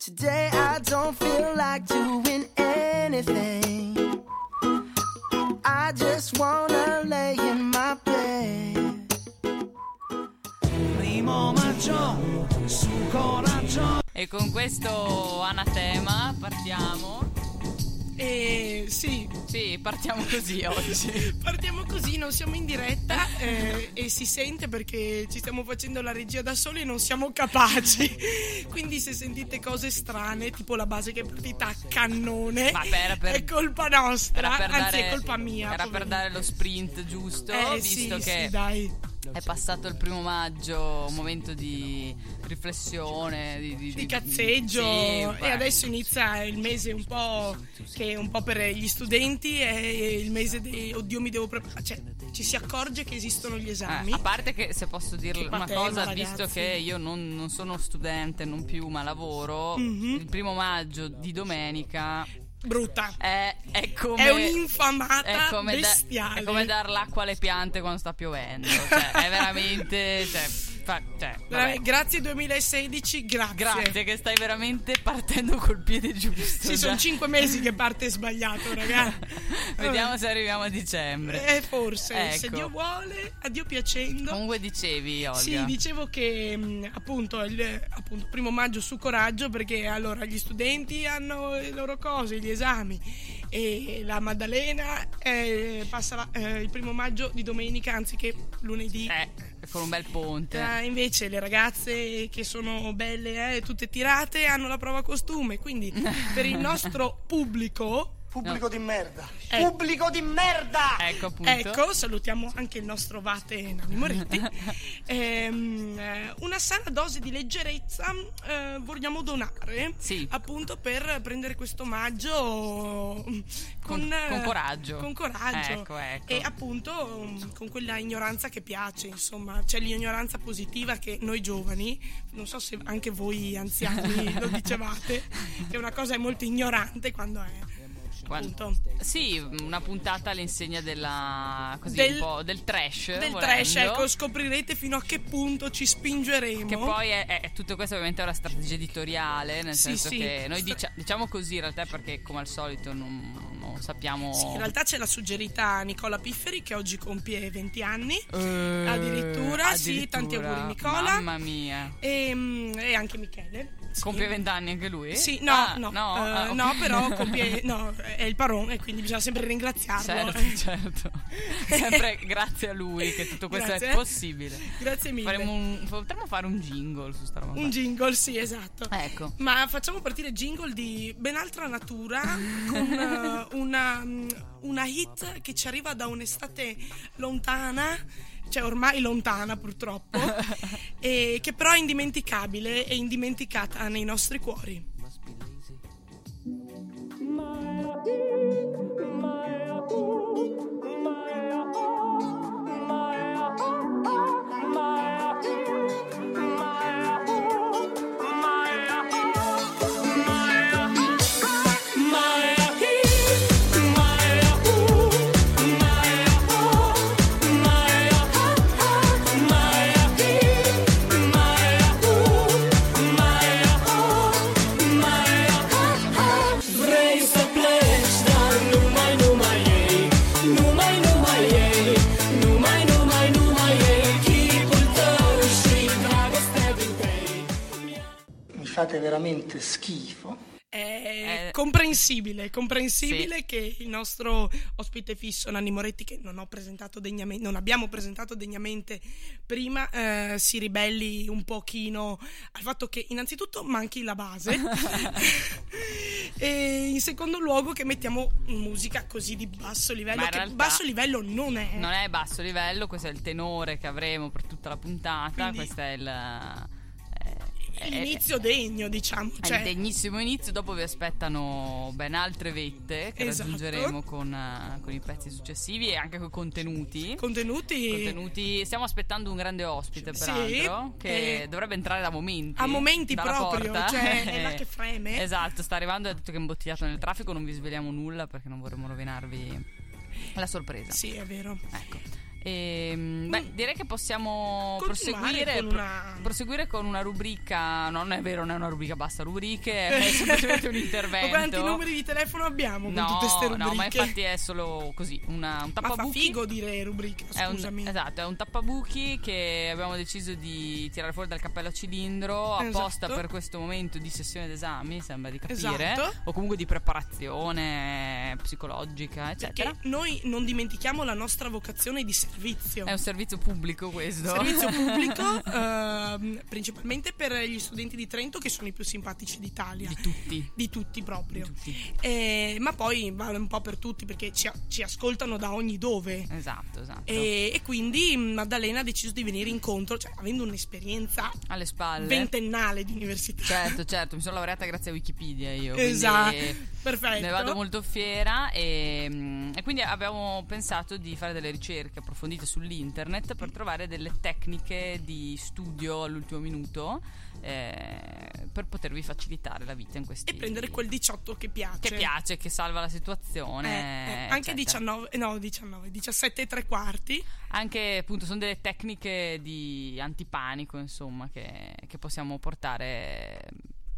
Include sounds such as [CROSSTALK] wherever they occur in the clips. Today I don't feel like doing anything. I just wanna lay in my bed. Primo maggio, su coraggio. E con questo anatema partiamo. Eh, sì, [LAUGHS] Sì, partiamo così oggi. partiamo così, non siamo in diretta eh, e si sente perché ci stiamo facendo la regia da soli e non siamo [LAUGHS] capaci. Quindi se sentite cose strane, tipo la base che è partita a cannone, Ma per- per- è colpa nostra, Era per anzi dare, è colpa mia. era per poverina. dare lo sprint giusto, eh, visto sì, che sì, dai. è passato il primo maggio, un momento di riflessione, di, di- di di- cazzeggio sì, e beh. adesso inizia il mese un po' che è un po' per gli studenti è il mese dei oddio mi devo preparare cioè ci si accorge che esistono gli esami Eh, a parte che se posso dirle Che una patema, cosa, ragazzi. visto che io non, non sono studente, non più, ma lavoro, Mhm. il primo maggio di domenica brutta è, è come... è un'infamata è come, da- bestiale è come dar l'acqua alle piante quando sta piovendo. Cioè, [LAUGHS] è veramente. Cioè, fa- cioè, vabbè. Eh, grazie 2016 grazie, Grazie, che stai veramente partendo col piede giusto. cioè. sì sono già. cinque mesi che [LAUGHS] parte sbagliato ragazzi Vediamo se arriviamo a dicembre. eh, forse se Ecco. Dio vuole a Dio piacendo Comunque dicevi, Olga. Sì, dicevo che mh, appunto il appunto, primo maggio su coraggio perché allora gli studenti hanno le loro cose, gli esami e la Maddalena eh, passa la- eh, il primo maggio di domenica anziché lunedì. Eh, con un bel ponte. Eh, invece le ragazze che sono belle, eh, tutte tirate, hanno la prova costume, quindi per il nostro pubblico Pubblico di merda. Eh. Pubblico di merda! Ecco appunto. Ecco, salutiamo anche il nostro Vate Nani [LAUGHS] Moretti. Ehm, eh, una sana dose di leggerezza eh, vogliamo donare Sì. appunto per prendere questo maggio mm, con, Con- con eh, coraggio. con coraggio. Ecco, ecco. E appunto mm, con quella ignoranza che piace, insomma, c'è l'ignoranza positiva che noi giovani, non so se anche voi anziani [LAUGHS] lo dicevate, che una cosa è molto ignorante quando è Quando- appunto. Sì, una puntata all'insegna della. così Del- un po' del trash. del volendo. trash, ecco, scoprirete fino a che punto ci spingeremo. Che poi è, è- tutto questo ovviamente è una strategia editoriale, nel Mm. Sì, senso sì. che noi dicia- diciamo così in realtà perché come al solito non, non sappiamo... Sì, in realtà ce l'ha suggerita Nicola Pifferi che oggi compie 20 anni. Eh, addirittura, sì, tanti addirittura. auguri, Nicola. Mamma mia. E, mm, e anche Michele. Sì. Compie vent'anni anche lui? Sì, no, Ah, no, No, eh, ah, ok. no, però [LAUGHS] compie, no, è il parone, quindi bisogna sempre ringraziarlo. Certo, certo. Sempre grazie a lui che tutto questo è Grazie. possibile. [LAUGHS] Grazie mille. Faremo un- potremmo fare un jingle su sta roba. qua. Un jingle, sì, esatto. Ecco. Ma facciamo partire jingle di ben altra natura, con eh, una, mm, una hit che ci arriva da un'estate lontana, cioè ormai lontana purtroppo, e che però è indimenticabile e indimenticata nei nostri cuori. Mi fate veramente schifo. È Eh, comprensibile, comprensibile sì. che il nostro ospite fisso Nanni Moretti, che non, ho presentato degnamente, non abbiamo presentato degnamente prima, eh, si ribelli un pochino al fatto che innanzitutto manchi [LAUGHS] la base e in secondo luogo che mettiamo musica così di basso livello, Ma in che realtà basso livello non è. Non è basso livello, questo è il tenore che avremo per tutta la puntata. Quindi- questo è il. eh, eh, L'inizio degno, diciamo. È cioè- il degnissimo inizio, dopo vi aspettano ben altre vette che Esatto. raggiungeremo con, eh, con i pezzi successivi e anche con i contenuti. Contenuti, Contenuti. Stiamo aspettando un grande ospite, peraltro, Sì, che eh, dovrebbe entrare da momenti. a momenti dalla proprio, porta. [LAUGHS] cioè, è là che freme. Esatto, sta arrivando, ha detto che è imbottigliato nel traffico, non vi sveliamo nulla perché non vorremmo rovinarvi la sorpresa. Sì, è vero. Ecco. Ehm, beh, direi che possiamo Mm. Continuare proseguire con pro- una- proseguire con una rubrica. No, non è vero, non è una rubrica basta [LAUGHS] rubriche, Eh, è semplicemente un intervento. Ma quanti numeri di telefono abbiamo no, con tutte ste rubriche? no, ma infatti è solo così, una, un Ma fa tappabuchi. figo dire rubrica, È un, scusami. esatto, è un tappabuchi che abbiamo deciso di tirare fuori dal cappello a cilindro apposta Esatto. per questo momento di sessione d'esami, sembra di capire, Esatto. o comunque di preparazione psicologica, Perché eccetera. noi non dimentichiamo la nostra vocazione di servizio. È un servizio pubblico questo. [LAUGHS] servizio [LAUGHS] pubblico ehm, principalmente per gli studenti di Trento che sono i più simpatici d'Italia. di tutti. Di tutti proprio. tutti. Eh, ma poi vale un po' per tutti perché ci, ci ascoltano da ogni dove. Esatto, esatto. E, e quindi Maddalena ha deciso di venire incontro, cioè avendo un'esperienza Alle spalle. ventennale di università. Certo, certo, mi sono laureata grazie a Wikipedia io. quindi Esatto, perfetto. Ne vado molto fiera e, mm, e quindi abbiamo pensato di fare delle ricerche approfondite sull'internet per trovare delle tecniche di studio all'ultimo minuto eh, per potervi facilitare la vita in questi E prendere quel 18 che piace. che piace, che salva la Eh, eh, situazione. anche eccetera. 19, no 19, 17 e tre quarti. Anche appunto sono delle tecniche di antipanico, insomma, che, che possiamo portare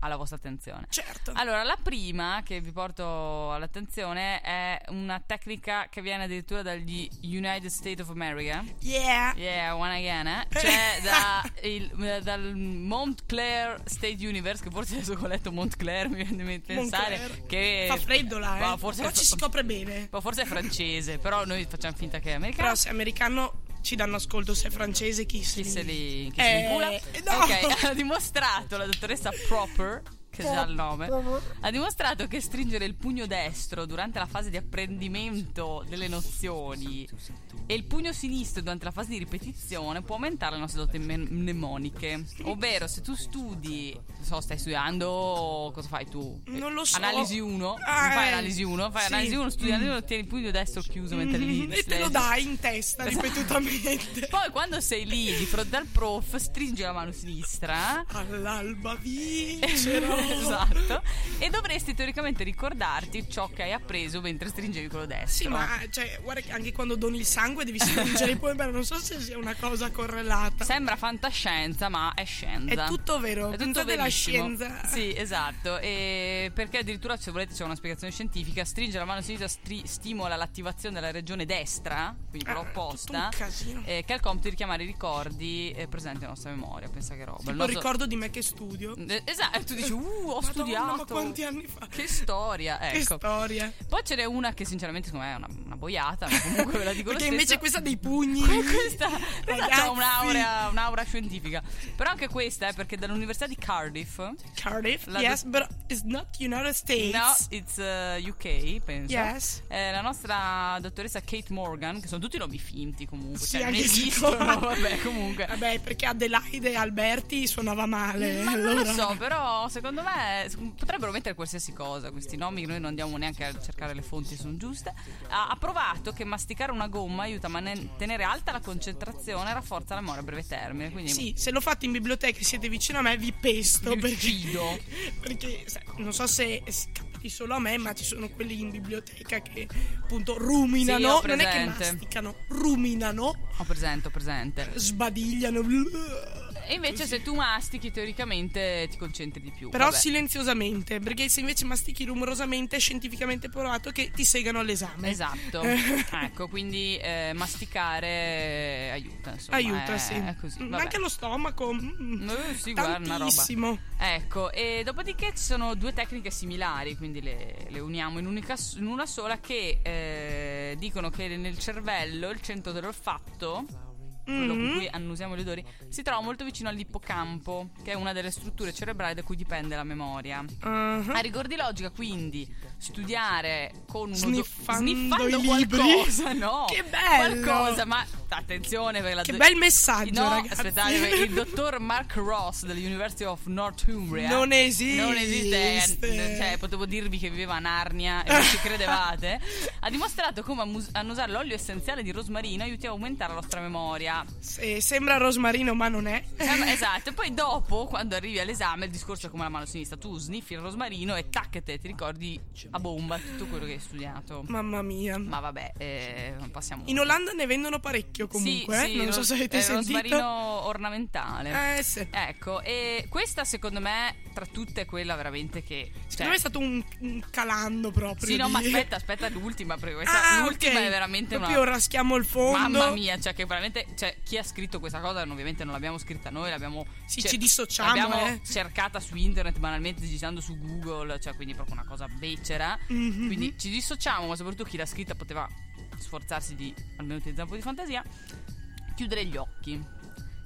alla vostra attenzione. Certo. Allora, la prima che vi porto all'attenzione è una tecnica che viene addirittura dagli United States of America. yeah. Yeah, one again, eh. [LAUGHS] Cioè da il- dal Montclair State Universe, che forse adesso che ho letto Montclair mi viene in mente pensare Montclair. che... Fa freddo là, eh. Ma forse Però è ci si copre bene. ma forse è francese, però noi facciamo finta che è americano. Però se è americano ci danno ascolto, se è francese chi, Chi se li, chi se Eh, li pula? no. [LAUGHS] Ok, [LAUGHS] ha dimostrato la dottoressa Proper, che è già il nome, ha dimostrato che stringere il pugno destro durante la fase di apprendimento delle nozioni e il pugno sinistro durante la fase di ripetizione può aumentare le nostre doti mnem- mnemoniche. Ovvero, se tu studi, non so, stai studiando, cosa fai tu? Non lo so. Analisi 1, Ah, fai eh, analisi 1, fai sì. Mm. Mm-hmm. analisi 1, studi analisi 1, tieni il pugno destro chiuso mentre lì. Esatto. e te lo dai in testa ripetutamente. [LAUGHS] Poi quando sei lì di fronte al prof, stringi la mano sinistra. eh? All'alba vincerò. [LAUGHS] esatto. E dovresti teoricamente ricordarti ciò che hai appreso mentre stringevi quello destro. Sì, ma cioè, guarda che anche quando doni il sangue devi [LAUGHS] stringere i polmoni. Non so se sia una cosa correlata. Sembra fantascienza, ma è scienza. È tutto vero, È tutto puntate la verissimo. scienza. Sì, esatto. E perché addirittura, se volete, c'è una spiegazione scientifica: stringere la mano sinistra stri- stimola l'attivazione della regione destra, quindi quella Ah, opposta, tutto un casino. eh, che ha il compito di richiamare i ricordi eh, presenti nella nostra memoria. Pensa che roba. Il Tipo, nostro- ricordo di me che studio. Eh, Esatto, tu dici, uh, ho Madonna, studiato. Ma quanti anni fa? Che storia, Che ecco. storia. Poi ce n'è una che sinceramente secondo me è una, una boiata, ma comunque ve la dico lo Perché stesso. [LAUGHS] invece questa dei pugni. questa, Ragazzi. questa ha un'aura, un'aura scientifica. Però anche questa è perché dall'Università di Cardiff, no, Cardiff, La yes, but it's not United States. it's eh, UK, penso. Yes. eh, la nostra dottoressa Kate Morgan, che sono tutti nomi finti comunque, Sì, cioè non anche se- esistono, [LAUGHS] vabbè, comunque. Vabbè, perché Adelaide e Alberti suonava male. Ma non lo Eh, allora. so, però secondo me s- potrebbero mettere qualsiasi cosa. Questi nomi che noi non andiamo neanche a cercare le fonti, sono giuste. Ha, ha provato che masticare una gomma aiuta a mantenere alta la concentrazione e rafforza la memoria a breve termine. Quindi Sì, se lo fate in biblioteca e siete vicino a me, vi pesto. Vi perché, uccido. [LAUGHS] perché sai, non so se scappi solo a me, ma ci sono quelli in biblioteca che appunto ruminano. Sì, ho non è che presente. masticano, ruminano, ho presente, ho presente. sbadigliano. E invece se tu mastichi teoricamente ti concentri di più. Però Vabbè. silenziosamente, perché se invece mastichi rumorosamente è scientificamente provato che ti segano all'esame. Esatto, ecco, quindi eh, masticare eh, aiuta, insomma. Aiuta, è- sì. È così. Mm, vabbè. Anche lo stomaco. mm, Eh, sì, guarda, una roba. tantissimo. Ecco, e dopodiché ci sono due tecniche similari, quindi le, le uniamo in, unica- in una sola, che eh, dicono che nel cervello il centro dell'olfatto, quello con Mhm. cui annusiamo gli odori, si trova molto vicino all'ippocampo, che è una delle strutture cerebrali da cui dipende la memoria. Ah, A rigor di logica, quindi, studiare con uno Sniffando sniffando i libri? qualcosa, no? Che bello! Qualcosa, ma attenzione perché la Che do- bel messaggio, No, ragazzi. aspettate, perché il [LAUGHS] dottor Mark Ross dell'University of Northumbria Non esiste. Non esiste, eh, cioè potevo dirvi che viveva a Narnia e non ci [LAUGHS] credevate. ha dimostrato come ammus- annusare l'olio essenziale di rosmarino aiuti a aumentare la nostra memoria storia. Se- sembra rosmarino, ma non è. Eh, [LAUGHS] ma- Esatto, e poi dopo, quando arrivi all'esame, il discorso è come la mano sinistra. Tu sniffi il rosmarino e tac, te ti ricordi a bomba tutto quello che hai studiato. Mamma mia. Ma vabbè, eh, passiamo. In Olanda ne vendono parecchio comunque, sì, eh, sì, non ros- so se avete eh, sentito. rosmarino ornamentale. Eh sì. Ecco, e questa secondo me, tra tutte, è quella veramente che. Secondo me cioè- è stato un, un calando proprio. Sì, no, di- ma [LAUGHS] aspetta, aspetta l'ultima, perché questa, Ah, l'ultima ok. è veramente Proprio una. raschiamo il fondo. Mamma mia, cioè che veramente cioè, chi ha scritto questa cosa non- ovviamente non l'abbiamo scritta noi, l'abbiamo, Sì, ci dissociamo, l'abbiamo eh. cercata su internet banalmente digitando su Google, cioè quindi proprio una cosa becera. Mhm. Quindi ci dissociamo, ma soprattutto chi l'ha scritta poteva sforzarsi di almeno utilizzare un po' di fantasia, chiudere gli occhi.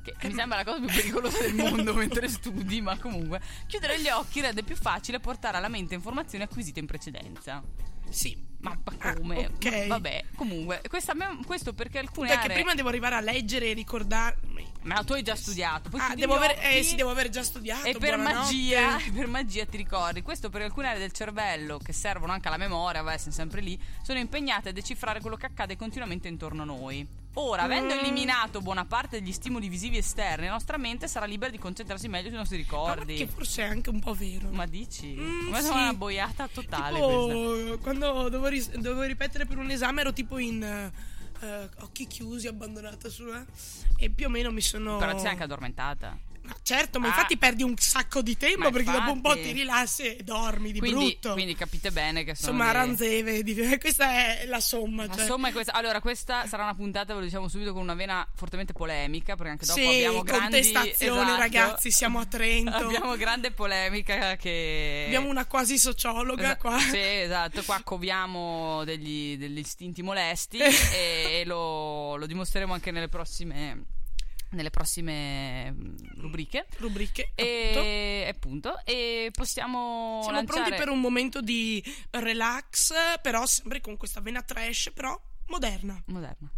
Che Eh, mi sembra la cosa più pericolosa del [LAUGHS] mondo mentre studi, ma comunque chiudere gli occhi rende più facile portare alla mente informazioni acquisite in precedenza. Sì. Ma ma Ah, come? ok. Ma- Vabbè, comunque, questa, me- questo perché alcune Perché aree... prima devo arrivare a leggere e ricordarmi. Ma tu hai già studiato, poi Ah, chiudi devo gli aver, eh, occhi sì, devo aver già studiato. E per buonanotte. magia, [LAUGHS] e per magia ti ricordi. Questo perché alcune aree del cervello, che servono anche alla memoria, vabbè, sono sempre lì, sono impegnate a decifrare quello che accade continuamente intorno a noi. Ora, avendo Mm. eliminato buona parte degli stimoli visivi esterni, la nostra mente sarà libera di concentrarsi meglio sui nostri Ma ricordi. Che forse è anche un po' vero. Ma dici? Mm, Ma sì. sembra una boiata totale questa. tipo, quando dovevo, ris- dovevo ripetere per un esame ero tipo in eh, occhi chiusi, abbandonata su eh, e più o meno mi sono Però ti sei anche addormentata. Ma certo, ma Ah. infatti perdi un sacco di tempo Ma perché dopo un po' infatti. ti rilassi e dormi di quindi, brutto. quindi capite bene che sono Insomma, dei- ranzeve, di- [LAUGHS] questa è la somma. Ma cioè. Insomma, è questa, allora, questa sarà una puntata, ve lo diciamo subito, con una vena fortemente polemica, perché anche dopo sì, abbiamo grandi... contestazione, esatto. ragazzi, siamo a [LAUGHS] Trento. Abbiamo grande polemica che... Abbiamo una quasi sociologa Esa- qua. Sì, esatto, qua coviamo degli, degli istinti molesti Eh. e, e lo, lo dimostreremo anche nelle prossime, nelle prossime mm, rubriche. Rubriche. appunto. E appunto, e possiamo Siamo pronti lanciare- per un momento di relax, però sempre con questa vena trash, però moderna. Moderna.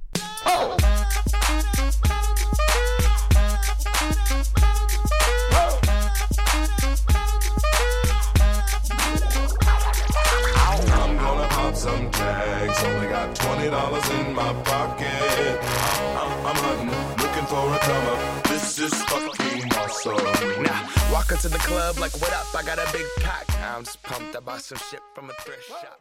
I'm gonna pop some tags. Only got twenty dollars in my pocket. I'm, I'm hunting, looking for a come up. This is fucking awesome. Nah, walk into the club like, what up? I got a big pack. I'm just pumped. I bought some shit from a thrift shop.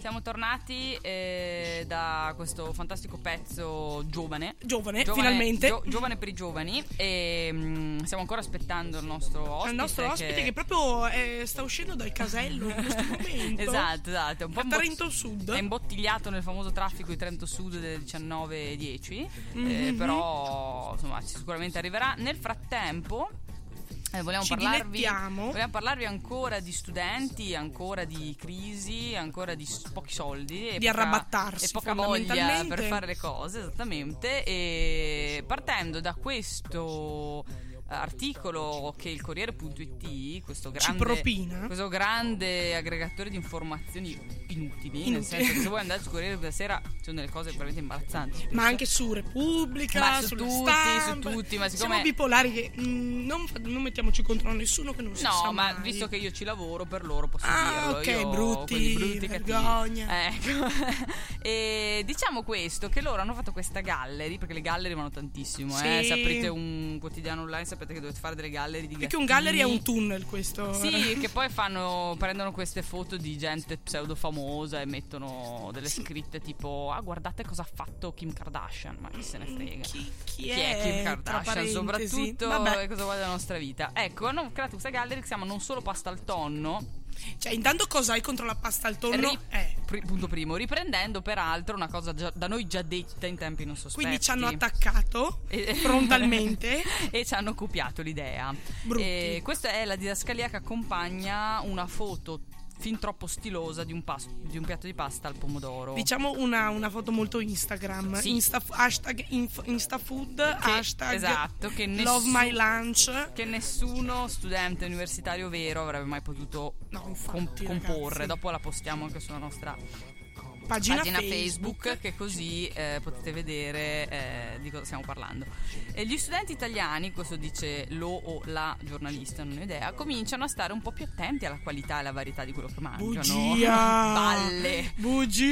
Siamo tornati eh, da questo fantastico pezzo giovane. Giovane, Eh, finalmente. gio- giovane per i giovani. E mm, stiamo ancora aspettando il nostro ospite. Al nostro ospite che, proprio eh, sta uscendo dal casello in [LAUGHS] questo momento. Esatto, esatto. È un po' A imbot- Trento Sud. È imbottigliato nel famoso traffico di Trento Sud delle 19.10. Mhm. eh, però, insomma, sicuramente arriverà. Nel frattempo. eh, vogliamo, Ci parlarvi, dilettiamo. vogliamo parlarvi ancora di studenti, ancora di crisi, ancora di s- pochi soldi e Di arrabattarsi, e poca voglia per fondamentalmente. fare le cose, esattamente. E partendo da questo eh, articolo che il Corriere.it, questo grande, propina. questo grande aggregatore di informazioni inutili, nel Inutili. senso che se voi andate su Corriere della Sera ci sono delle cose veramente imbarazzanti. Ma anche su Repubblica, Ma su sulla tutti, stampa. su tutti, ma siccome- Siamo bipolari che mm, non, fa- non mettiamoci contro nessuno che non si sa No, ma mai. visto che io ci lavoro per loro posso Ah, dirlo. ok, io, brutti, quelli brutti cattivi. vergogna. Ecco. [LAUGHS] e diciamo questo che loro hanno fatto questa gallery, perché le gallery vanno tantissimo, eh. Sì. Se aprite un quotidiano online sapete che dovete fare delle gallery di Più che un gallery è un tunnel questo. sì, che poi fanno, prendono queste foto di gente pseudo famosa e mettono delle scritte tipo Ah guardate cosa ha fatto Kim Kardashian, ma chi se ne Eh, frega Mm, Chi, chi chi è è Kim tra Kardashian parentesi? soprattutto Ecco. Vabbè. e cosa vuole della nostra vita ecco hanno creato questa gallery che si chiama non solo pasta al tonno Cioè, intanto cosa hai contro la pasta al tonno? ri- Eh, pri- punto primo riprendendo peraltro una cosa già- da noi già detta in tempi non sospetti quindi ci hanno [LAUGHS] attaccato E- frontalmente. e ci hanno copiato l'idea. Brutti. E questa è la didascalia che accompagna una foto fin troppo stilosa di un, pas- di un piatto di pasta al pomodoro. Diciamo una, una foto molto Instagram. Oh. Sì. Insta- hashtag inf- Instafood, hashtag esatto, che Love nessun- My Lunch. che nessuno studente universitario vero avrebbe mai potuto No, com- infatti, comporre. ragazzi. Dopo la postiamo anche sulla nostra pagina, pagina, Facebook, che così eh, certo. potete vedere eh, di cosa stiamo parlando. E gli studenti italiani, questo dice lo o la giornalista, non ho idea, cominciano a stare un po' più attenti alla qualità e alla varietà di quello che mangiano. Bugia! [LAUGHS] Balle!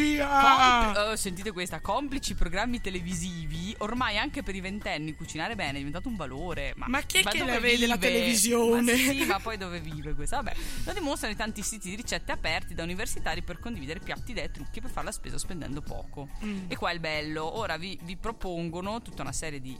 Bugia! Compl- oh, sentite questa, complici programmi televisivi, ormai anche per i ventenni cucinare bene è diventato un valore. Ma, Ma chi è che dove la vede la vive? televisione? Ma sì, ma poi dove vive questa? Vabbè, lo dimostrano i tanti siti di ricette aperti da universitari per condividere piatti, idee e trucchi per fare la spesa spendendo poco. Mm. E qua è il bello, ora vi, vi propongono tutta una serie di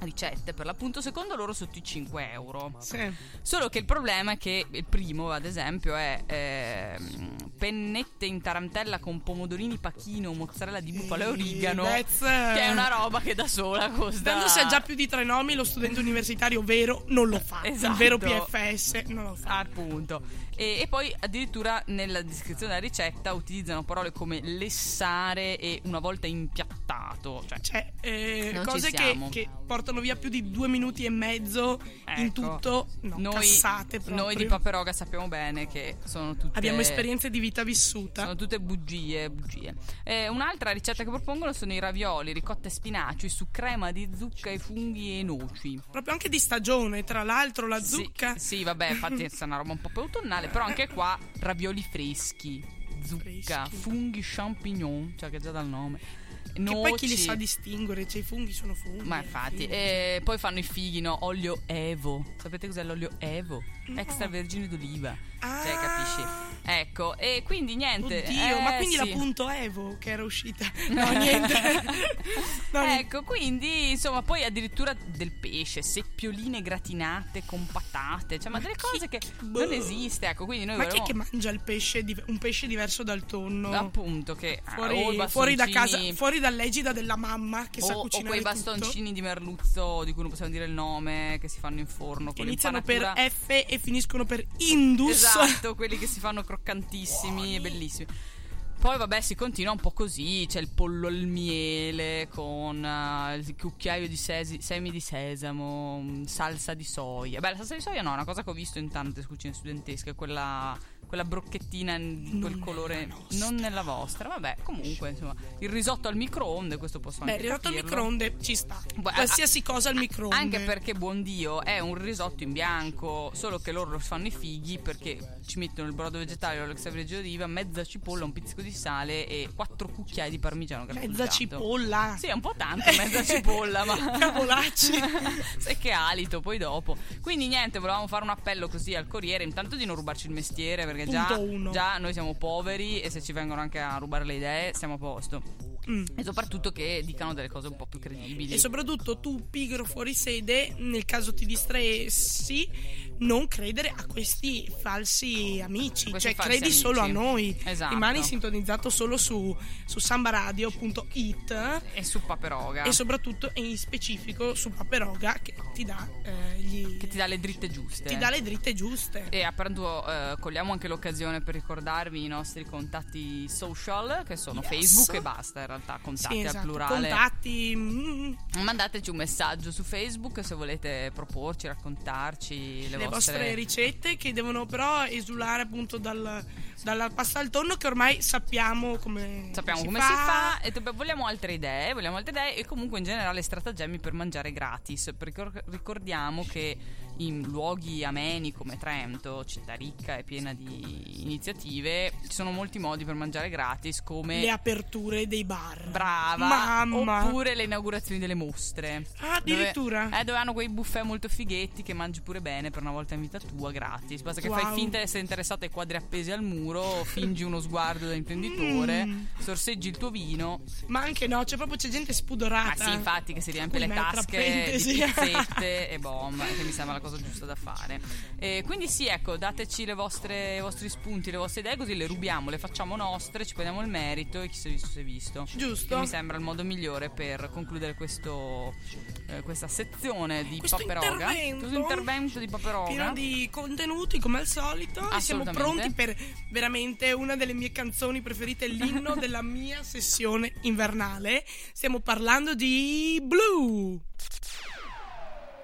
ricette per l'appunto secondo loro sotto i 5 euro. Sì. Solo che il problema è che il primo, ad esempio, è ehm, pennette in tarantella con pomodorini pachino, mozzarella di bufala e origano. That's- Che è una roba che da sola costa. Dando se ha già più di tre nomi, lo studente universitario vero non lo fa. Esatto. Il vero PFS non lo fa. Appunto. E, e poi addirittura nella descrizione della ricetta utilizzano parole come lessare e una volta impiattato. Cioè, Cioè, eh, Non ci cose che, siamo. che portano via più di due minuti e mezzo in ecco, tutto. No, cassate proprio. Noi di Paperoga sappiamo bene che sono tutte Abbiamo esperienze di vita vissuta. Sono tutte bugie, bugie. Eh, un'altra ricetta che propongono sono i ravioli, ricotta e spinaci su crema di zucca e funghi e noci. Proprio anche di stagione, tra l'altro, la Sì, zucca. Sì, [LAUGHS] vabbè, infatti è una roba un po' più autunnale, però anche qua ravioli freschi, zucca, Freschi. funghi champignon, cioè che già dal nome. Che Noci. poi chi li sa distinguere? Cioè, i funghi sono funghi. ma infatti, fine. eh, poi fanno i fighi, no? Olio evo. Sapete cos'è l'olio evo? Extravergine d'oliva. Cioè, Ah. capisci? Ecco, e quindi niente. Oddio, eh, ma quindi sì. la punto Evo che [LAUGHS] era uscita. No, niente. No, niente. ecco, quindi insomma, poi addirittura del pesce, seppioline gratinate con patate, cioè, ma, delle chi- cose che chi- non boh. esiste. Ecco, quindi noi Ma chi è volevamo- che mangia il pesce di- un pesce diverso dal tonno? appunto che ah, o i fuori, bastoncini- fuori da casa, fuori dall'egida della mamma che o, sa o cucinare quei tutto. bastoncini di merluzzo di cui non possiamo dire il nome che si fanno in forno che con iniziano per l'impanatura. F e finiscono per Indus. esatto quelli che si fanno croccantissimi e bellissimi poi vabbè si continua un po' così c'è il pollo al miele con eh, il cucchiaio di sesi- semi di sesamo mm, salsa di soia beh la salsa di soia no è una cosa che ho visto in tante cucine studentesche quella quella brocchettina di quel nella colore nostra. non nella vostra vabbè comunque insomma il risotto al microonde questo posso [LAUGHS] Beh, anche ridotto al capirlo. microonde ci sta. Beh, Qualsiasi a- cosa al microonde. Anche perché buon Dio è un risotto in bianco, solo che loro fanno i fighi perché ci mettono il brodo vegetale, l'extravergine d'oliva, mezza cipolla, un pizzico di sale e quattro cucchiai di parmigiano Mezza grattugiato. cipolla. Esatto. Sì, è un po' tanto mezza cipolla, ma [LAUGHS] Cavolacci. [LAUGHS] sai che alito poi dopo. Quindi niente, volevamo fare un appello così al corriere, intanto di non rubarci il mestiere perché già, Punto uno. già noi siamo poveri e se ci vengono anche a rubare le idee siamo a posto. Mm. E soprattutto che dicano delle cose un po' più credibili. E soprattutto tu, pigro fuori sede, nel caso ti distressi, non credere a questi falsi amici. Questi cioè, falsi credi amici. solo a noi. Esatto. Rimani sintonizzato solo su, su sambaradio.it e su paperoga. e soprattutto e in specifico su Paperoga che ti dà, eh, gli- che ti dà le dritte giuste. ti dà le dritte giuste. E appunto eh, cogliamo anche l'occasione per ricordarvi i nostri contatti social, che sono Yes. Facebook e basta in realtà, contatti Sì, esatto. al plurale. Contatti. mm, Mandateci un messaggio su Facebook se volete proporci, raccontarci le, le vostre ricette che devono però esulare appunto dal- dalla pasta al tonno che ormai sappiamo come Sappiamo si come fa. si fa e dobb- vogliamo altre idee, vogliamo altre idee e comunque in generale stratagemmi per mangiare gratis, perché or- ricordiamo che in luoghi ameni come Trento, città ricca e piena di iniziative, ci sono molti modi per mangiare gratis come le aperture dei bar. Brava. Mamma. Oppure le inaugurazioni delle mostre. Ah, addirittura. Dove, eh, dove hanno quei buffet molto fighetti che mangi pure bene per una volta in vita tua, gratis. Basta che Wow. fai finta di essere interessato ai quadri appesi al muro, fingi uno sguardo da imprenditore, Mm. sorseggi il tuo vino. Ma anche no, c'è proprio c'è gente Ma spudorata. sì, infatti, che si riempie le Come un'altra tasche di parentesi. [LAUGHS] pizzette e boh. bomb, che mi sembra la cosa giusta da fare. Eh, quindi sì, ecco, dateci le vostre- i vostri spunti, le vostre idee, così le rubiamo, le facciamo nostre, ci prendiamo il merito e chi si è visto si è visto. Giusto. Che mi sembra il modo migliore per concludere questo, eh, questa sezione di Questo Paperoga. intervento. Questo intervento di Paperoga. Pieno di contenuti come al solito. E siamo pronti Assolutamente. per veramente una delle mie canzoni [LAUGHS] preferite, l'inno della mia sessione invernale. Stiamo parlando di Blue.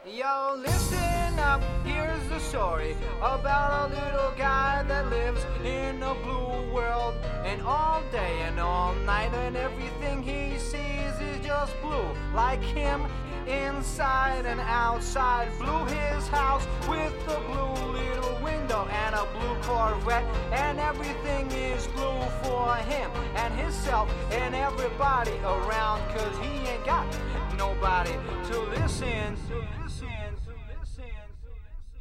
Yo, listen up, here's the story about a little guy that lives in a blue world. And and all day and all night, and everything he sees is just blue. Like him, inside and outside, blew his house with a blue little window and a blue Corvette, and everything is blue for him and himself and everybody around, cause he ain't got nobody to listen to. Listen, to listen, to listen.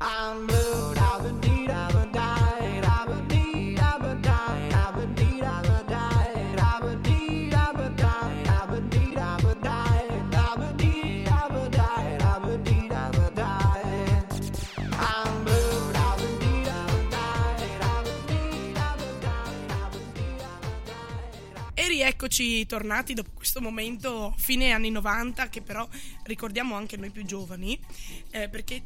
I'm blue, I'm a need, I'm a died, I'm a need, I'm a died, I'm a need, I'm a died, I'm a need, I'm a died, I'm a need, I'm a died, I'm a need, I'm a died, I'm a need, I'm a died. I'm blue, I'm a need, I'm a died, I'm a need, I'm a died, I'm a need, I'm a died. E rieccoci tornati dopo questo momento fine anni 90 che però ricordiamo anche noi più giovani eh, perché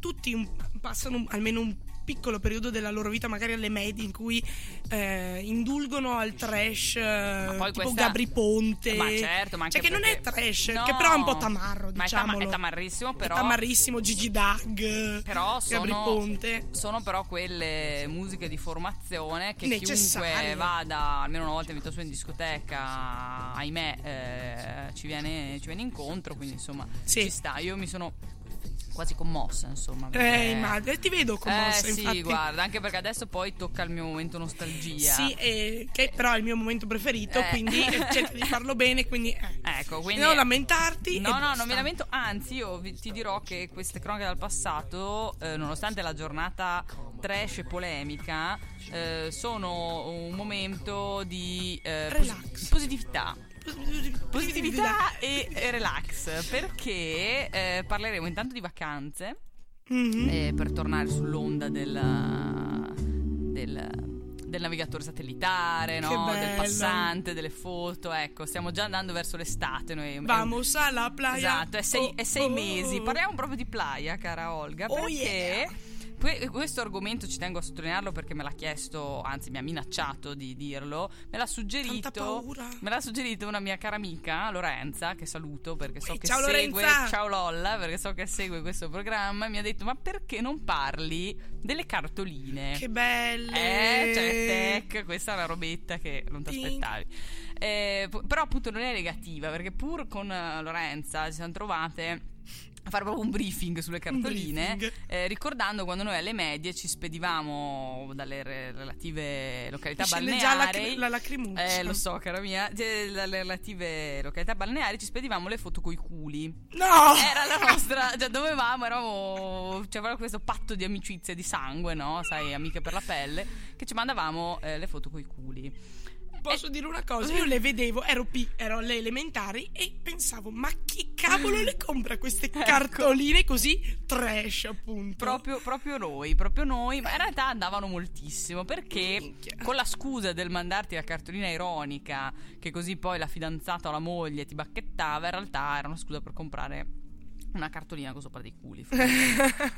tutti un- passano almeno un piccolo periodo della loro vita magari alle medie in cui eh, indulgono al trash eh, poi tipo questa- Gabri Ponte Ma certo, ma anche cioè che non è perché- trash No. che però è un po' tamarro Ma è tama- diciamolo è tamarrissimo, però- è tamarrissimo Gigi Dag Però Gabri sono, Ponte sono però quelle musiche di formazione che Necessarie. chiunque vada almeno una volta in vita sua in discoteca, ahimè, eh, ci, viene, ci viene incontro. Quindi insomma, Sì. ci sta. Io mi sono quasi commossa, insomma. eh, perché- madre, ti vedo commossa eh, sì, infatti guarda, anche perché adesso poi tocca il mio momento nostalgia. Sì, eh, che però è il mio momento preferito, Eh. quindi eh, cerco di farlo bene, quindi... eh. Ecco, quindi Non lamentarti. No, e no, basta. non mi lamento, anzi io vi- ti dirò che queste cronache dal passato, eh, nonostante la giornata trash e polemica, eh, sono un momento di eh, posi- Relax. positività. Positività. Positività e e relax, perché eh, parleremo intanto di vacanze, Mhm. eh, per tornare sull'onda del... del del navigatore satellitare, no? del bello. passante, delle foto, ecco, stiamo già andando verso l'estate. Noi è un- Vamos alla playa. Esatto, è sei, Oh, è sei oh. mesi. Parliamo proprio di playa, cara Olga. Oh, Perché que- questo argomento ci tengo a sottolinearlo perché me l'ha chiesto, anzi, mi ha minacciato di dirlo. Me l'ha Tanta suggerito. paura. Me l'ha suggerito una mia cara amica, Lorenza, che saluto perché so Uè, che ciao, segue. Lorenza! Ciao Lolla, perché so che segue questo programma. E mi ha detto: Ma perché non parli delle cartoline? Che belle. Eh, cioè, tech, questa è una robetta che non ti Sì. aspettavi. Eh, pu- però appunto non è negativa, perché pur con eh, Lorenza ci siamo trovate a fare proprio un briefing sulle cartoline, briefing. eh, ricordando quando noi alle medie ci spedivamo dalle re- relative località Mi scende già la balneari. cri- la lacrimuccia. eh, [LAUGHS] lo so, cara mia, eh, dalle relative località balneari ci spedivamo le foto coi culi No. era la nostra, cioè dovevamo, eravamo, cioè proprio questo patto di amicizia, di sangue, no? Sai, amiche per la pelle, che ci mandavamo eh, le foto coi culi. Posso dire una cosa? Io le vedevo, ero, pi- ero alle elementari e pensavo, ma chi cavolo le [LAUGHS] compra queste cartoline così trash, appunto? Ecco. Proprio, proprio noi, proprio noi, ma in realtà andavano moltissimo perché Minchia. con la scusa del mandarti la cartolina ironica, che così poi la fidanzata o la moglie ti bacchettava, in realtà era una scusa per comprare una cartolina con sopra dei culi.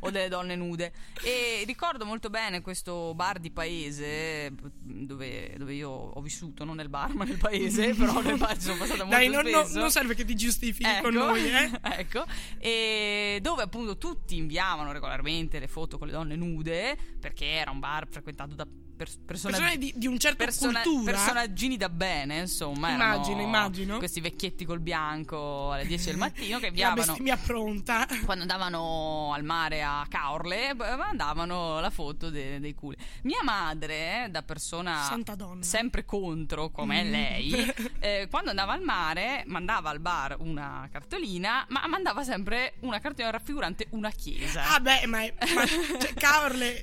o delle donne nude. E ricordo molto bene questo bar di paese dove, dove io ho vissuto, non nel bar, [LAUGHS] ma nel [LAUGHS] paese, però nel bar ci sono passata molto Dai, non, non- spesso. non serve che ti giustifichi con noi, eh? [LAUGHS] ecco. E dove appunto tutti inviavano regolarmente le foto con le donne nude, perché era un bar frequentato da pers- persone, Persone di, di un certo persona- cultura. personaggini da bene, insomma. erano Immagino, immagino. Questi vecchietti col bianco alle 10 del mattino [LAUGHS] che la inviavano bestemmia pronta. quando andavano al mare a Caorle b- mandavano la foto de- dei culi mia madre eh, da persona Santa donna. sempre contro come Mm. [LAUGHS] lei eh, quando andava al mare mandava al bar una cartolina ma mandava sempre una cartolina raffigurante una chiesa Ah beh, ma, è- ma cioè, Caorle,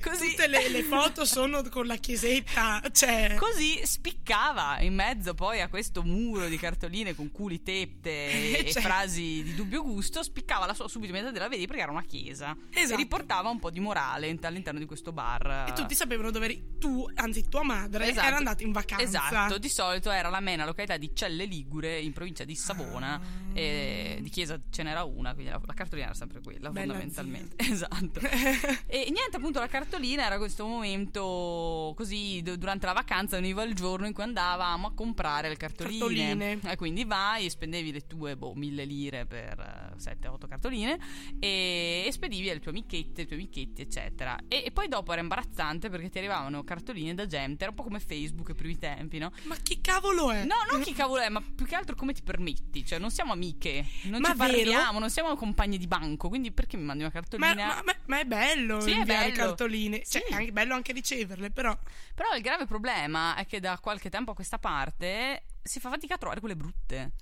[LAUGHS] Così. tutte le, le foto sono con la chiesetta, cioè... Così spiccava in mezzo poi a questo muro di cartoline con culi [LAUGHS] tette e Cioè. frasi di dubbio gusto, spiccava la sua subito in mezzo della vedi perché era una chiesa. Esatto. E riportava un po' di morale in- all'interno di questo bar. E tutti sapevano dove eri tu, anzi tua madre, Esatto. era andata in vacanza. Esatto, di solito era la mena località di Celle Ligure in provincia di Savona Ah. e di chiesa ce n'era una, quindi la, la cartolina era sempre quella Bella [LAUGHS] fondamentalmente. Esatto. e niente, appunto la cartolina era questo momento così d- durante la vacanza veniva il giorno in cui andavamo a comprare le cartoline. Cartoline. E quindi vai e spendevi le tue, boh, mille lire per 7-8 cartoline e, e spedivi alle tue amichette, ai tuoi amichetti, eccetera. E, e poi dopo era imbarazzante perché ti arrivavano cartoline da gente, era un po' come Facebook ai primi tempi, no? [LAUGHS] Ma chi cavolo è? No, non chi cavolo è, ma più che altro come ti permetti. Cioè, non siamo amiche, non Ma ci vero? parliamo, non siamo compagne di banco. Quindi, perché mi mandi una Ma, cartolina? ma- ma- ma è bello Sì, è inviare bello. cartoline. Cioè, Sì. è anche bello anche riceverle, però. Però il grave problema è che da qualche tempo a questa parte si fa fatica a trovare quelle brutte.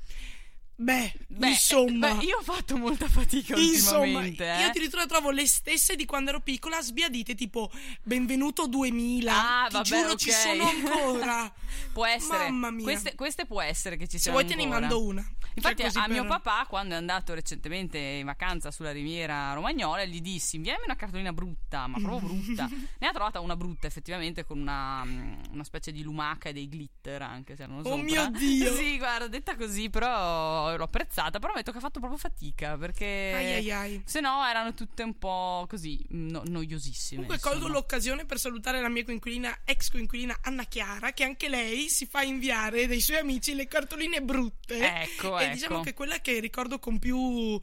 Beh, Beh, insomma. beh, io ho fatto molta fatica Insomma, ultimamente. eh. io addirittura trovo le stesse di quando ero piccola sbiadite, tipo Benvenuto 2000. Ah, Ti vabbè, giuro ok. ci [LAUGHS] sono ancora. Può essere. Mamma mia. Queste, queste può essere che ci Se siano vuoi te ne ancora. mando una. Cioè, Infatti così a per- mio papà quando è andato recentemente in vacanza sulla riviera romagnola gli dissi inviami una cartolina brutta, ma proprio [LAUGHS] brutta. ne ha trovata una brutta effettivamente con una, mm, una specie di lumaca e dei glitter anche se erano Oh sopra. mio Dio! sì, guarda, detta così però l'ho apprezzata, però mi ha detto che ha fatto proprio fatica perché... Ai ai ai. Se no erano tutte un po' così mm, no- noiosissime. Comunque colgo insomma. l'occasione per salutare la mia coinquilina, ex coinquilina Anna Chiara, che anche lei si fa inviare dai suoi amici le cartoline brutte. Ecco, e ecco. diciamo che quella che ricordo con più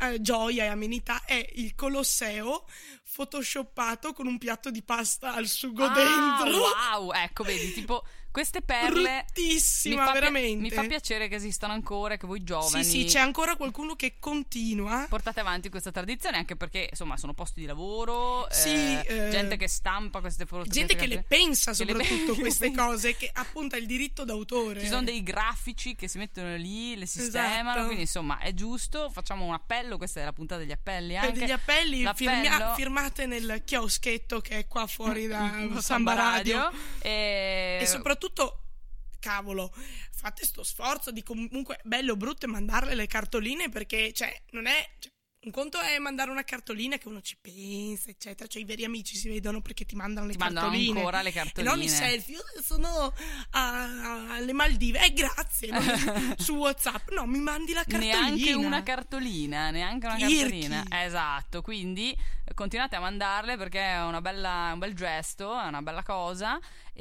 eh, gioia e amenità è il Colosseo photoshoppato con un piatto di pasta al sugo Ah, dentro. Wow, ecco, vedi, tipo queste perle Bruttissima, mi fa pia- veramente. Mi fa piacere che esistano ancora, e che voi [LAUGHS] Sì, giovani sì, c'è ancora qualcuno che continua. portate avanti questa tradizione anche perché insomma sono posti di lavoro, Sì, eh, eh, gente che stampa queste foto, Gente che le pensa che le pe- [LAUGHS] soprattutto queste cose, che appunta il diritto d'autore. Ci sono dei grafici che si mettono lì, le sistemano, Esatto. quindi insomma è giusto, facciamo un appello, questa è la puntata degli appelli Per anche. Eh, degli appelli L'appello- firmia- firmate nel chioschetto che è qua fuori da [LAUGHS] Samba Eh. Samba Radio. E, E soprattutto, cavolo, fate sto sforzo di comunque bello o brutto mandarle le cartoline perché, cioè, non è. cioè, un conto è mandare una cartolina che uno ci pensa, eccetera. Cioè, i veri amici si vedono perché ti mandano le Ti mandano cartoline. ancora le E non i cartoline. selfie. Io sono a- alle Maldive. Eh, grazie. no? [LAUGHS] su WhatsApp. No, mi mandi la cartolina. Neanche una cartolina, neanche una Irchi. cartolina. Esatto, quindi eh, continuate a mandarle perché è una bella- un bel gesto, è una bella cosa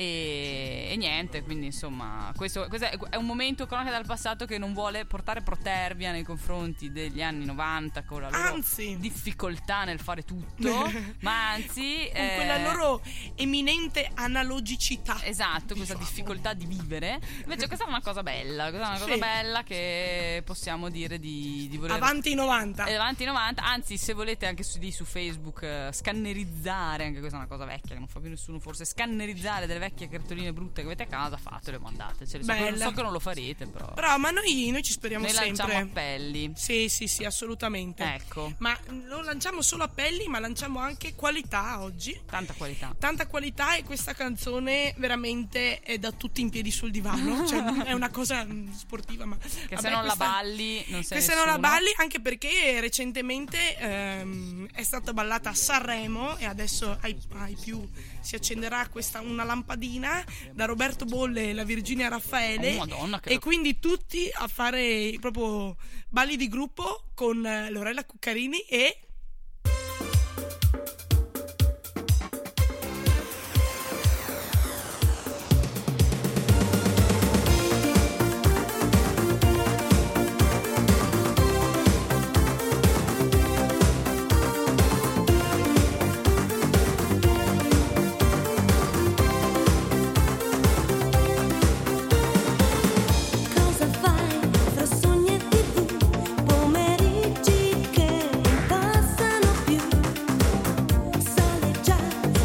e, e niente, quindi insomma questo, questo è, è un momento cronaca dal passato che non vuole portare protervia nei confronti degli anni 90 con la loro Anzi. difficoltà nel fare [LAUGHS] tutto, [LAUGHS] ma anzi... con eh, quella loro eminente analogicità. Esatto, questa difficoltà di vivere. Invece questa è una cosa bella, questa è una cosa Sì. bella che possiamo dire di, di voler Avanti i 90. e davanti ai 90, anzi, se volete anche su, lì su Facebook eh, scannerizzare, anche questa è una cosa vecchia che non fa più nessuno, forse scannerizzare delle vecchie cartoline brutte che avete a casa, fatele, mandate. Ce le so, che- Bella. so che non lo farete, però. Però, ma noi, noi ci speriamo Noi lanciamo sempre. Eh. appelli. Sì, sì, sì, assolutamente. Ecco, Ma non lanciamo solo appelli, ma lanciamo anche qualità oggi. tanta qualità. Tanta qualità e questa canzone veramente è da tutti in piedi [LAUGHS] sul divano. cioè, non è una cosa mm, sportiva, ma. Che se non la balli, non sei Che se non la nessuno. balli, anche perché recentemente ehm, è stata ballata a Sanremo e adesso ai, ai più si accenderà questa, una lampadina da Roberto Bolle e la Virginia Raffaele. Oh, Madonna, che- E quindi tutti a fare proprio balli di gruppo con eh, Lorella Cuccarini e. Cosa fai fra sogni e tv? Pomeriggi che non passano più. Sale già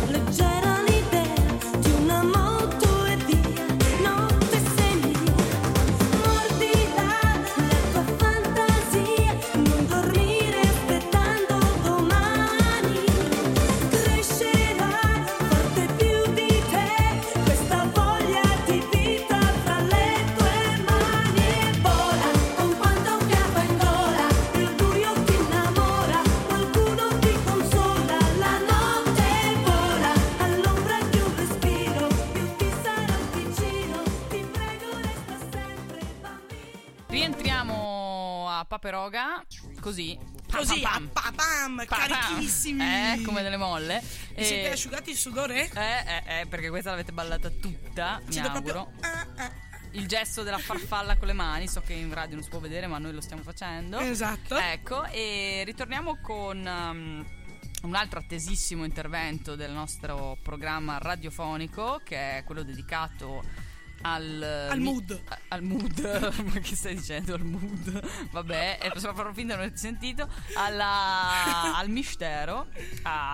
leggera l'idea di una moto e via. Notte sei mia. Mordila la tua fantasia. Non dormire aspettando domani. Crescerà forte più di te. Questa voglia di vita fra le tue mani e vola. Con quanto fiato ingola, il buio ti innamora. Qualcuno ti consola, la notte vola. All'ombra di un respiro, più ti sarà vicino. Ti prego, resta sempre bambino. Rientriamo a Paperoga, così. Così, pam, pam. pa- pam, Pa- pa- carichissimi. Eh, come delle molle. Vi siete Eh, asciugati il sudore? eh, eh, eh, perché questa l'avete ballata tutta, mi Siete auguro. proprio... ah, ah, Il gesto della farfalla con le mani, so che in radio non si può vedere, ma noi lo stiamo facendo. Esatto. Ecco, e ritorniamo con um, un altro attesissimo intervento del nostro programma radiofonico, che è quello dedicato al... Al mood. a- Al mood, [LAUGHS] ma che stai dicendo? Al mood? Vabbè, eh, possiamo farlo finta di non aver sentito. Alla- al mistero,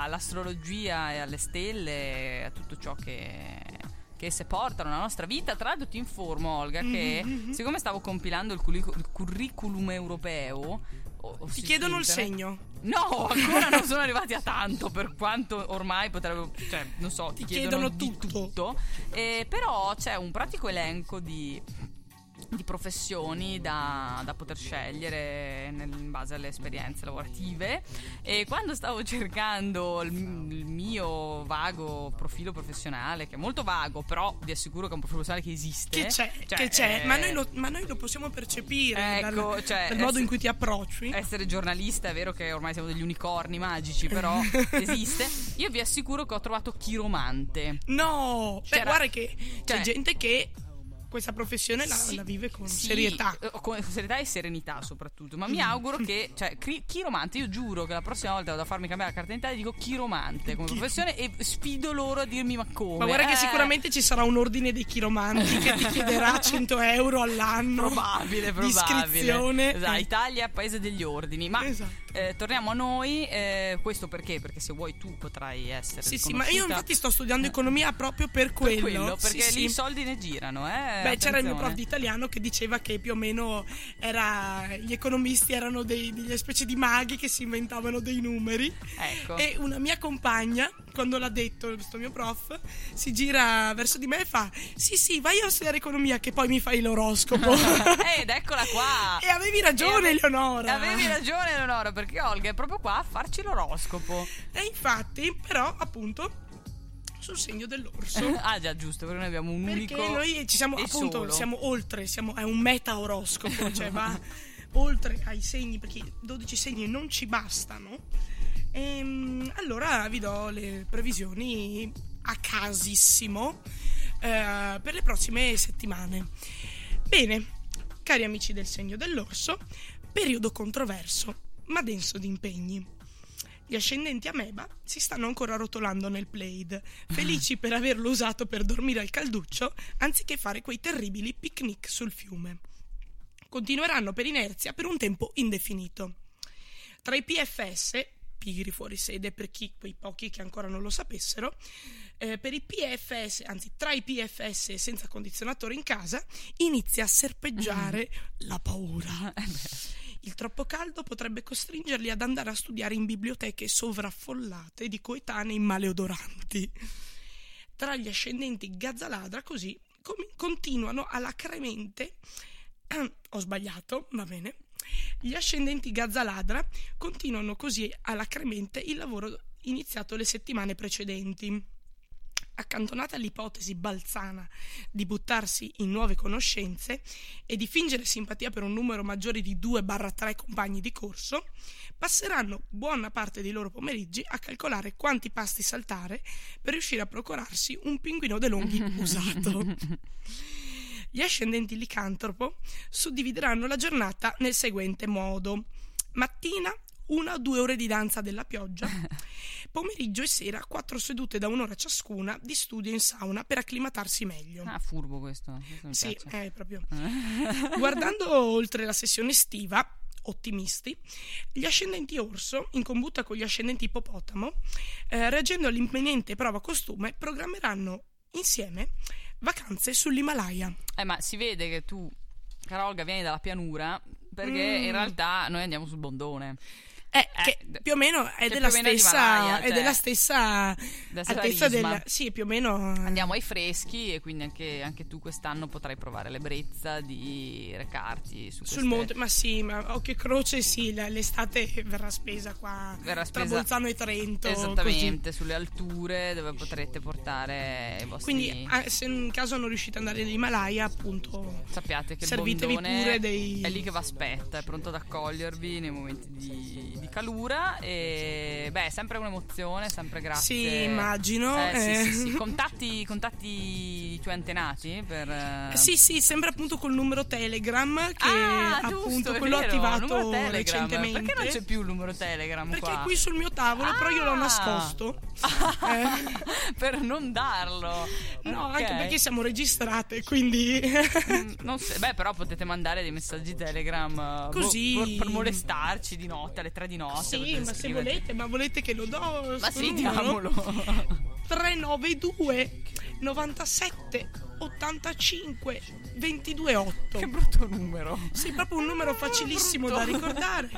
all'astrologia e alle stelle, a tutto ciò che che se portano la nostra vita. Tra l'altro ti informo, Olga, che Mm-hmm, siccome stavo compilando il, culico- il curriculum europeo... o- o Ti siti chiedono il internet- segno. No, ancora non sono arrivati a tanto, per quanto ormai potrebbero... Cioè, non so, ti, Ti chiedono, chiedono di tutto. tutto. Eh, però c'è un pratico elenco di... di professioni da, da poter scegliere nel- in base alle esperienze lavorative e quando stavo cercando il, il mio vago profilo professionale che è molto vago però vi assicuro che è un profilo professionale che esiste Che c'è, Cioè, che c'è. eh, Ma, noi lo, ma noi lo possiamo percepire Ecco, dal, cioè, dal modo eh, in cui ti approcci. essere giornalista è vero che ormai siamo degli unicorni magici [LAUGHS] però esiste io vi assicuro che ho trovato chiromante No, beh, C'era- guarda che cioè- c'è gente che questa professione la, Sì, la vive con sì, serietà. Mm. eh, Con serietà e serenità soprattutto. Ma mi auguro che, cioè, cri- chiromante, io giuro che la prossima volta vado a farmi cambiare la carta d'identità dico chiromante come professione e sfido loro a dirmi ma come. Ma guarda Eh, che sicuramente ci sarà un ordine dei chiromanti che ti chiederà 100 euro all'anno. [LAUGHS] Probabile, di iscrizione. probabile. Esatto, Eh. Italia, paese degli ordini. Ma Esatto. eh, torniamo a noi. eh, questo perché? Perché se vuoi tu potrai essere. Sì, sì, ma io riconosciuta infatti sto studiando economia proprio per per quello. quello, Sì, perché lì sì. i soldi ne girano. Eh? Beh, c'era il mio prof attenzione. di italiano che diceva che più o meno era, gli economisti erano dei, delle specie di maghi che si inventavano dei numeri. Ecco. E una mia compagna, quando l'ha detto questo mio prof, si gira verso di me e fa: Sì, sì, vai a studiare economia, che poi mi fai l'oroscopo. Eh, Ed [LAUGHS] eccola qua. [LAUGHS] E avevi ragione, E ave- Eleonora. Avevi ragione, Eleonora, perché Olga è proprio qua a farci l'oroscopo. E infatti, però, appunto, sul segno dell'orso. ah, già, giusto, perché noi abbiamo un perché unico. noi ci siamo, e appunto, solo. siamo oltre, siamo, è un meta-oroscopo, cioè va oltre ai segni, perché 12 segni non ci bastano. Ehm, allora vi do le previsioni a casissimo eh, per le prossime settimane. Bene, cari amici del segno dell'orso, periodo controverso, ma denso di impegni. Gli ascendenti ameba si stanno ancora rotolando nel plaid, felici per averlo usato per dormire al calduccio anziché fare quei terribili picnic sul fiume. Continueranno per inerzia per un tempo indefinito. Tra i PFS, pigri fuori sede per chi, quei pochi che ancora non lo sapessero, eh, per i PFS, anzi tra i PFS senza condizionatore in casa, inizia a serpeggiare la paura. Il troppo caldo potrebbe costringerli ad andare a studiare in biblioteche sovraffollate di coetanei maleodoranti. Tra gli ascendenti Gazzaladra, così, com- continuano alacremente. Ho sbagliato, va bene. Gli ascendenti Gazzaladra continuano così alacremente il lavoro iniziato le settimane precedenti. Accantonata l'ipotesi balzana di buttarsi in nuove conoscenze e di fingere simpatia per un numero maggiore di 2-3 compagni di corso, passeranno buona parte dei loro pomeriggi a calcolare quanti pasti saltare per riuscire a procurarsi un pinguino De Longhi usato. Gli ascendenti licantropo suddivideranno la giornata nel seguente modo: mattina una o due ore di danza della pioggia, pomeriggio e sera quattro sedute da un'ora ciascuna di studio in sauna per acclimatarsi meglio. [LAUGHS] Ah, furbo questo. questo mi Sì, piace. [LAUGHS] eh, proprio. Guardando oltre la sessione estiva, ottimisti, gli ascendenti orso, in combutta con gli ascendenti ippopotamo, eh, reagendo all'imminente prova costume, programmeranno insieme vacanze sull'Himalaya. Eh, ma si vede che tu, cara Olga, vieni dalla pianura. Mm. Perché in realtà noi andiamo sul bondone. Eh, Eh, che d- più o meno che è della più o meno è di stessa Himalaya, è cioè, della stessa della stessa altezza risma. del sì, più o meno eh, Andiamo ai freschi e quindi anche, anche tu quest'anno potrai provare l'ebbrezza di recarti su sul queste- monte, ma sì, ma occhio e croce sì, la- l'estate verrà spesa qua Verrà tra spesa- Bolzano e Trento, così. Esattamente, sulle alture dove potrete portare i vostri... Quindi ah, se in caso non riuscite ad andare in Himalaya, appunto Sappiate che il Servitevi bondone pure dei- è lì che vi aspetta, è pronto ad accogliervi nei momenti di di, di Calura. E beh, è sempre un'emozione, sempre grazie. Sì, immagino, Eh, sì, eh. sì, sì. Contatti, contatti i tuoi antenati per. eh, Sì, sì, sempre appunto col numero Telegram che Ah, appunto giusto, è quello vero, numero attivato Telegram. recentemente. Perché non c'è più il numero Telegram Perché qua? è [LAUGHS] qui sul mio tavolo, però io l'ho Ah. [LAUGHS] nascosto. Eh, per non darlo. no, Ok. anche perché siamo registrate, quindi Mm, non so- beh, però potete mandare dei messaggi Telegram eh, Così. boh, per, per molestarci di notte alle 3 di [LAUGHS] notte. Sì, potete ma se scriverci. volete, ma volete che lo do? Ma sto sì, numero? diamolo. [LAUGHS] 392 97 85 228. che brutto numero. Sì, proprio un numero facilissimo brutto. [LAUGHS] da ricordare.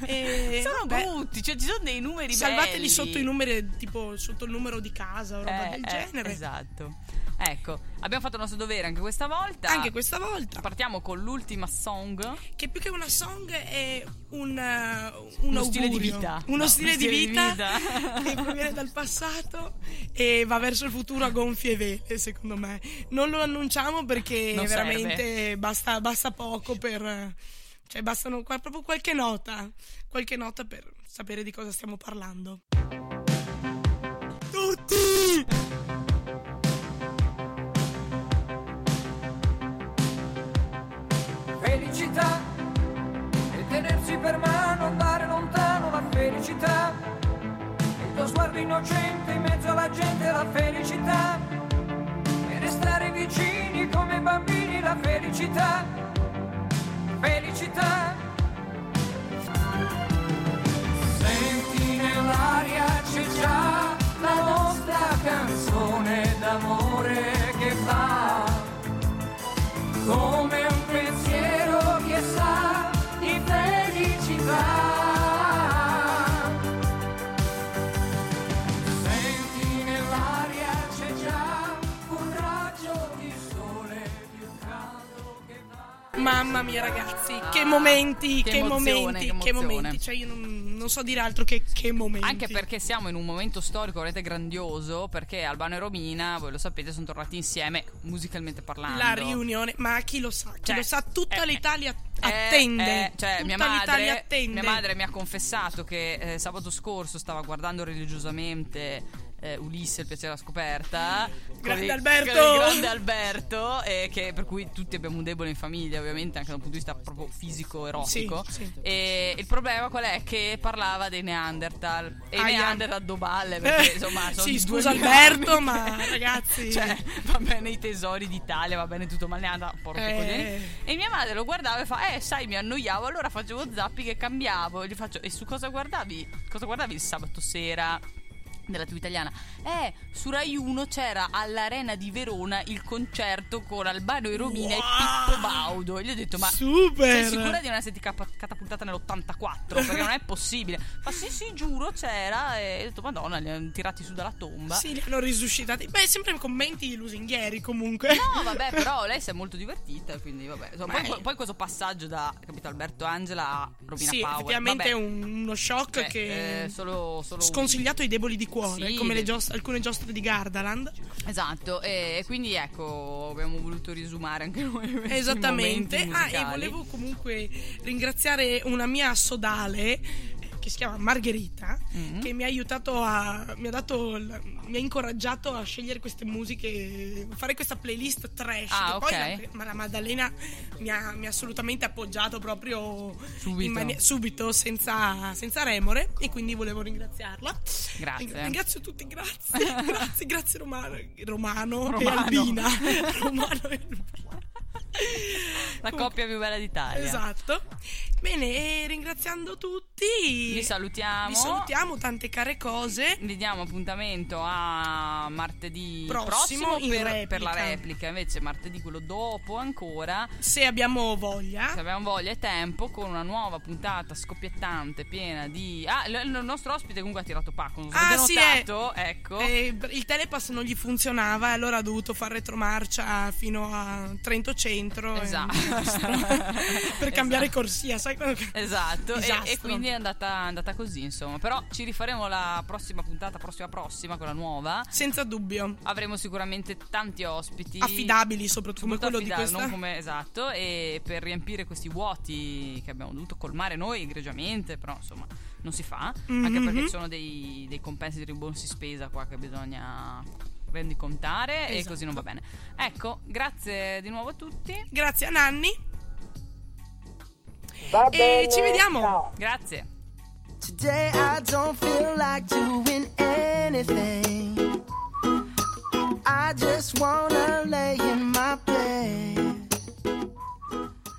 E, Sono vabbè, brutti, cioè ci sono dei numeri Salvateli belli. sotto i numeri, tipo sotto il numero di casa o roba Eh, del eh, genere. Esatto. Ecco, abbiamo fatto il nostro dovere anche questa volta. Anche questa volta. Partiamo con l'ultima song. Che più che una song è un, eh, un Uno stile di augurio. vita. Uno No, stile, uno di stile di vita, vita. [LAUGHS] che proviene dal passato e va verso il futuro a gonfie vele, secondo me. Non lo annunciamo perché Non serve. veramente basta, basta poco per... Cioè bastano qua- proprio qualche nota, qualche nota per sapere di cosa stiamo parlando. Tutti! Felicità e tenersi per mano, andare lontano la felicità. Il tuo sguardo innocente in mezzo alla gente la felicità. E restare vicini come bambini la felicità. Felicità. Senti nell'aria c'è già la nostra canzone d'amore che fa come un pensiero che sa di felicità. Senti nell'aria c'è già un raggio di sole più caldo che va. Mamma mia, ragazzi, che momenti, Ah, che che, emozione, momenti, che che emozione. momenti. Cioè, io non, non so dire altro che che momenti. Anche perché siamo in un momento storico veramente grandioso, perché Albano e Romina, voi lo sapete, sono tornati insieme musicalmente parlando. la riunione, ma chi lo sa? Chi Cioè, lo sa? Tutta eh, l'Italia Eh, attende. eh, cioè, Tutta mia madre, l'Italia attende. mia [LAUGHS] madre mi ha confessato che eh, sabato scorso stava guardando religiosamente eh, Ulisse, il piacere della scoperta. con Grande il- Alberto! con il grande Alberto, eh, che- per cui tutti abbiamo un debole in famiglia, ovviamente, anche da un punto di vista proprio fisico, erotico. Sì, sì. E il problema qual è? Che parlava dei Neanderthal. E i Aia. Neanderthal do balle, perché Eh, [LAUGHS] insomma sono sì, due scusa miliardi. [LAUGHS] Alberto, ma ragazzi. Cioè, va bene i tesori d'Italia, va bene tutto, ma ne andava un po' Eh. così. E mia madre lo guardava e fa: Eh, sai, mi annoiavo, allora facevo zappi che cambiavo. E gli faccio: E su cosa guardavi? Cosa guardavi il sabato sera? Della TV italiana, eh, su Rai 1 c'era all'Arena di Verona il concerto con Albano e Romina e Wow! Pippo Baudo. E gli ho detto: Ma Super! sei sicura di non esserti capa- catapultata nell'84? Perché non è possibile. Ma sì, sì, giuro, c'era. E ho detto: Madonna, li hanno tirati su dalla tomba. Sì, li hanno risuscitati. Beh, sempre commenti lusinghieri comunque. No, vabbè, [LAUGHS] però lei si è molto divertita, quindi vabbè. Insomma, Ma poi, è- poi- poi questo passaggio da capito, Alberto Angela a Robina Sì, Power. effettivamente vabbè. è un- uno shock Cioè, che eh, solo, solo sconsigliato ai deboli di cuore, Sì, come le de- gios- alcune giostre di Gardaland. Esatto, e quindi ecco, abbiamo voluto risumare anche noi. questi momenti Esattamente. Ah, e musicali. volevo comunque ringraziare una mia sodale eh, che si chiama Margherita, Mm. che mi ha aiutato a. mi ha dato. il- mi ha incoraggiato a scegliere queste musiche, fare questa playlist trash. Ah, che ok. poi la, ma la Maddalena mi ha, mi ha assolutamente appoggiato proprio Subito. subito senza, senza remore. E quindi volevo ringraziarla. Grazie. Ring- Ringrazio [LAUGHS] tutti, grazie. grazie, grazie Romano, Romano, e Romano. Albina. [LAUGHS] Romano e Albina. La coppia più bella d'Italia. Esatto. Bene, e ringraziando tutti. Vi salutiamo. Vi salutiamo, tante care cose. Vi diamo appuntamento a martedì Prossimo in per, per la replica. replica, invece martedì quello dopo ancora. Se abbiamo voglia. Se abbiamo voglia e tempo, con una nuova puntata scoppiettante, piena di. Ah, l- il nostro ospite comunque ha tirato pacco. Non so se Ah, avete sì, notato, ecco. Eh, il telepass non gli funzionava, e allora ha dovuto far retromarcia fino a Trento Centro. eh, Esatto. per [LAUGHS] Esatto. cambiare corsia, sai fai quello che... Esatto, e, Disastro. e quindi è andata, è andata così, insomma. Però ci rifaremo la prossima puntata, prossima prossima, quella nuova. Senza dubbio. Avremo sicuramente tanti ospiti. Affidabili soprattutto, come molto quello di affidabili, questa. non come esatto, e per riempire questi vuoti che abbiamo dovuto colmare noi egregiamente, però insomma non si fa, anche Mhm. perché ci sono dei, dei compensi di rimborsi spesa qua che bisogna rendicontare e Esatto. così non va bene. Ecco, grazie di nuovo a tutti, Grazie a Nanni. e ci vediamo. grazie. Today I don't feel like doing anything. I just wanna lay